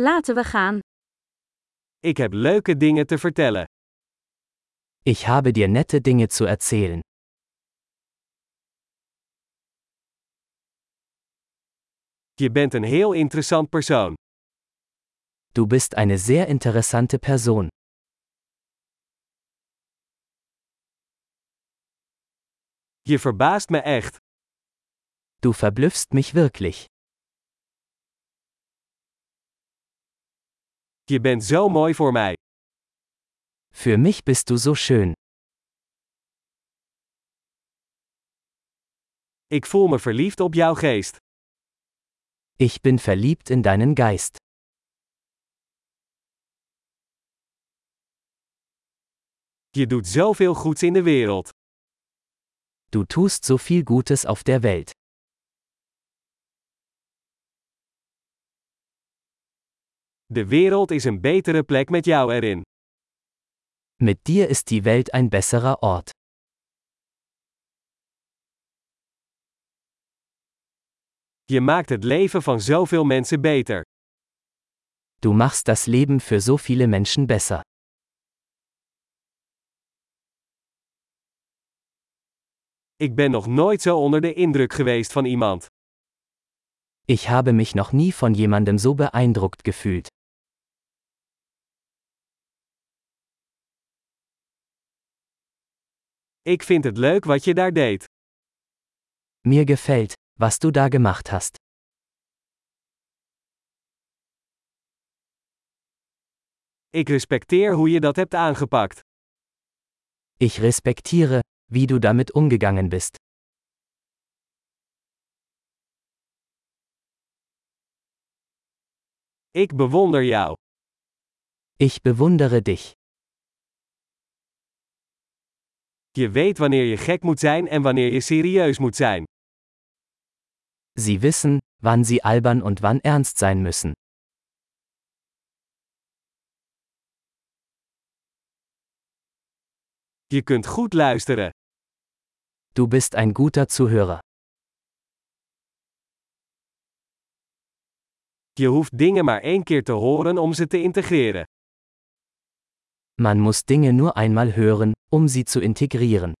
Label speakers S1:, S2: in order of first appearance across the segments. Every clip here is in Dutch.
S1: Laten we gaan.
S2: Ik heb leuke dingen te vertellen.
S3: Ich habe dir nette Dinge zu erzählen.
S2: Je bent een heel interessant persoon.
S3: Du bist eine sehr interessante Person.
S2: Je verbaast me echt.
S3: Du verblüffst mich wirklich.
S2: Je bent zo mooi voor mij.
S3: Für mich bist du so schön.
S2: Ik voel me verliefd op jouw geest.
S3: Ich bin verliebt in deinen Geist.
S2: Je doet zoveel goeds in de wereld.
S3: Du tust so viel Gutes auf der Welt.
S2: De wereld is een betere plek met jou erin.
S3: Mit dir ist die Welt ein besserer Ort.
S2: Je maakt het leven van zoveel mensen beter.
S3: Du machst das Leben für so viele Menschen besser.
S2: Ik ben nog nooit zo onder de indruk geweest van iemand.
S3: Ich habe mich noch nie von jemandem so beeindruckt gefühlt.
S2: Ik vind het leuk wat je daar deed.
S3: Mir gefällt, was du da gemacht hast.
S2: Ik respecteer hoe je dat hebt aangepakt.
S3: Ich respektiere, wie du damit umgegangen bist.
S2: Ik bewonder jou.
S3: Ich bewundere dich.
S2: Je weet wanneer je gek moet zijn en wanneer je serieus moet zijn.
S3: Sie wissen, wann sie albern und wann ernst sein müssen.
S2: Je kunt goed luisteren.
S3: Du bist ein guter Zuhörer.
S2: Je hoeft dingen maar één keer te horen om ze te integreren.
S3: Man muss Dinge nur einmal hören, um sie zu integrieren.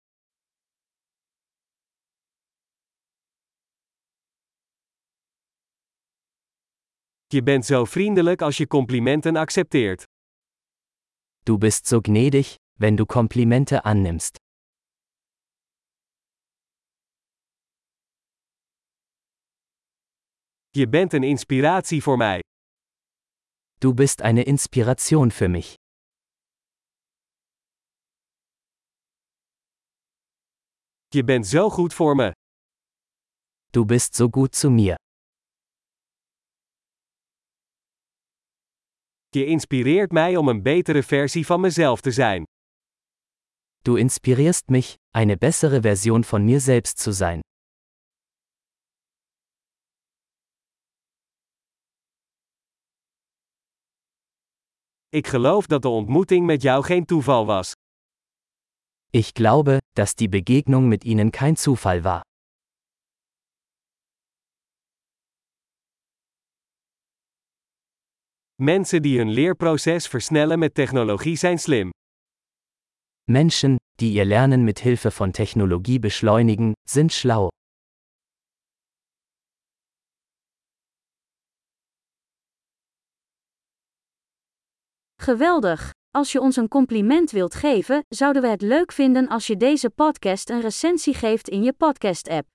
S2: Je bent zo vriendelijk als je complimenten accepteert.
S3: Du bist so gnädig, wenn du Komplimente annimmst.
S2: Je bent een inspiratie voor mij.
S3: Du bist eine Inspiration für mich.
S2: Je bent zo goed voor me.
S3: Du bist so gut zu mir.
S2: Je inspireert mij om een betere versie van mezelf te zijn.
S3: Du inspirierst mich, eine bessere Version von mir selbst zu sein.
S2: Ik geloof dat de ontmoeting met jou geen toeval was.
S3: Ich glaube, dass die Begegnung mit ihnen kein Zufall war.
S2: Mensen die hun leerproces versnellen met technologie zijn slim.
S3: Menschen, die ihr Lernen mit Hilfe von Technologie beschleunigen, sind schlau.
S1: Geweldig! Als je ons een compliment wilt geven, zouden we het leuk vinden als je deze podcast een recensie geeft in je podcast-app.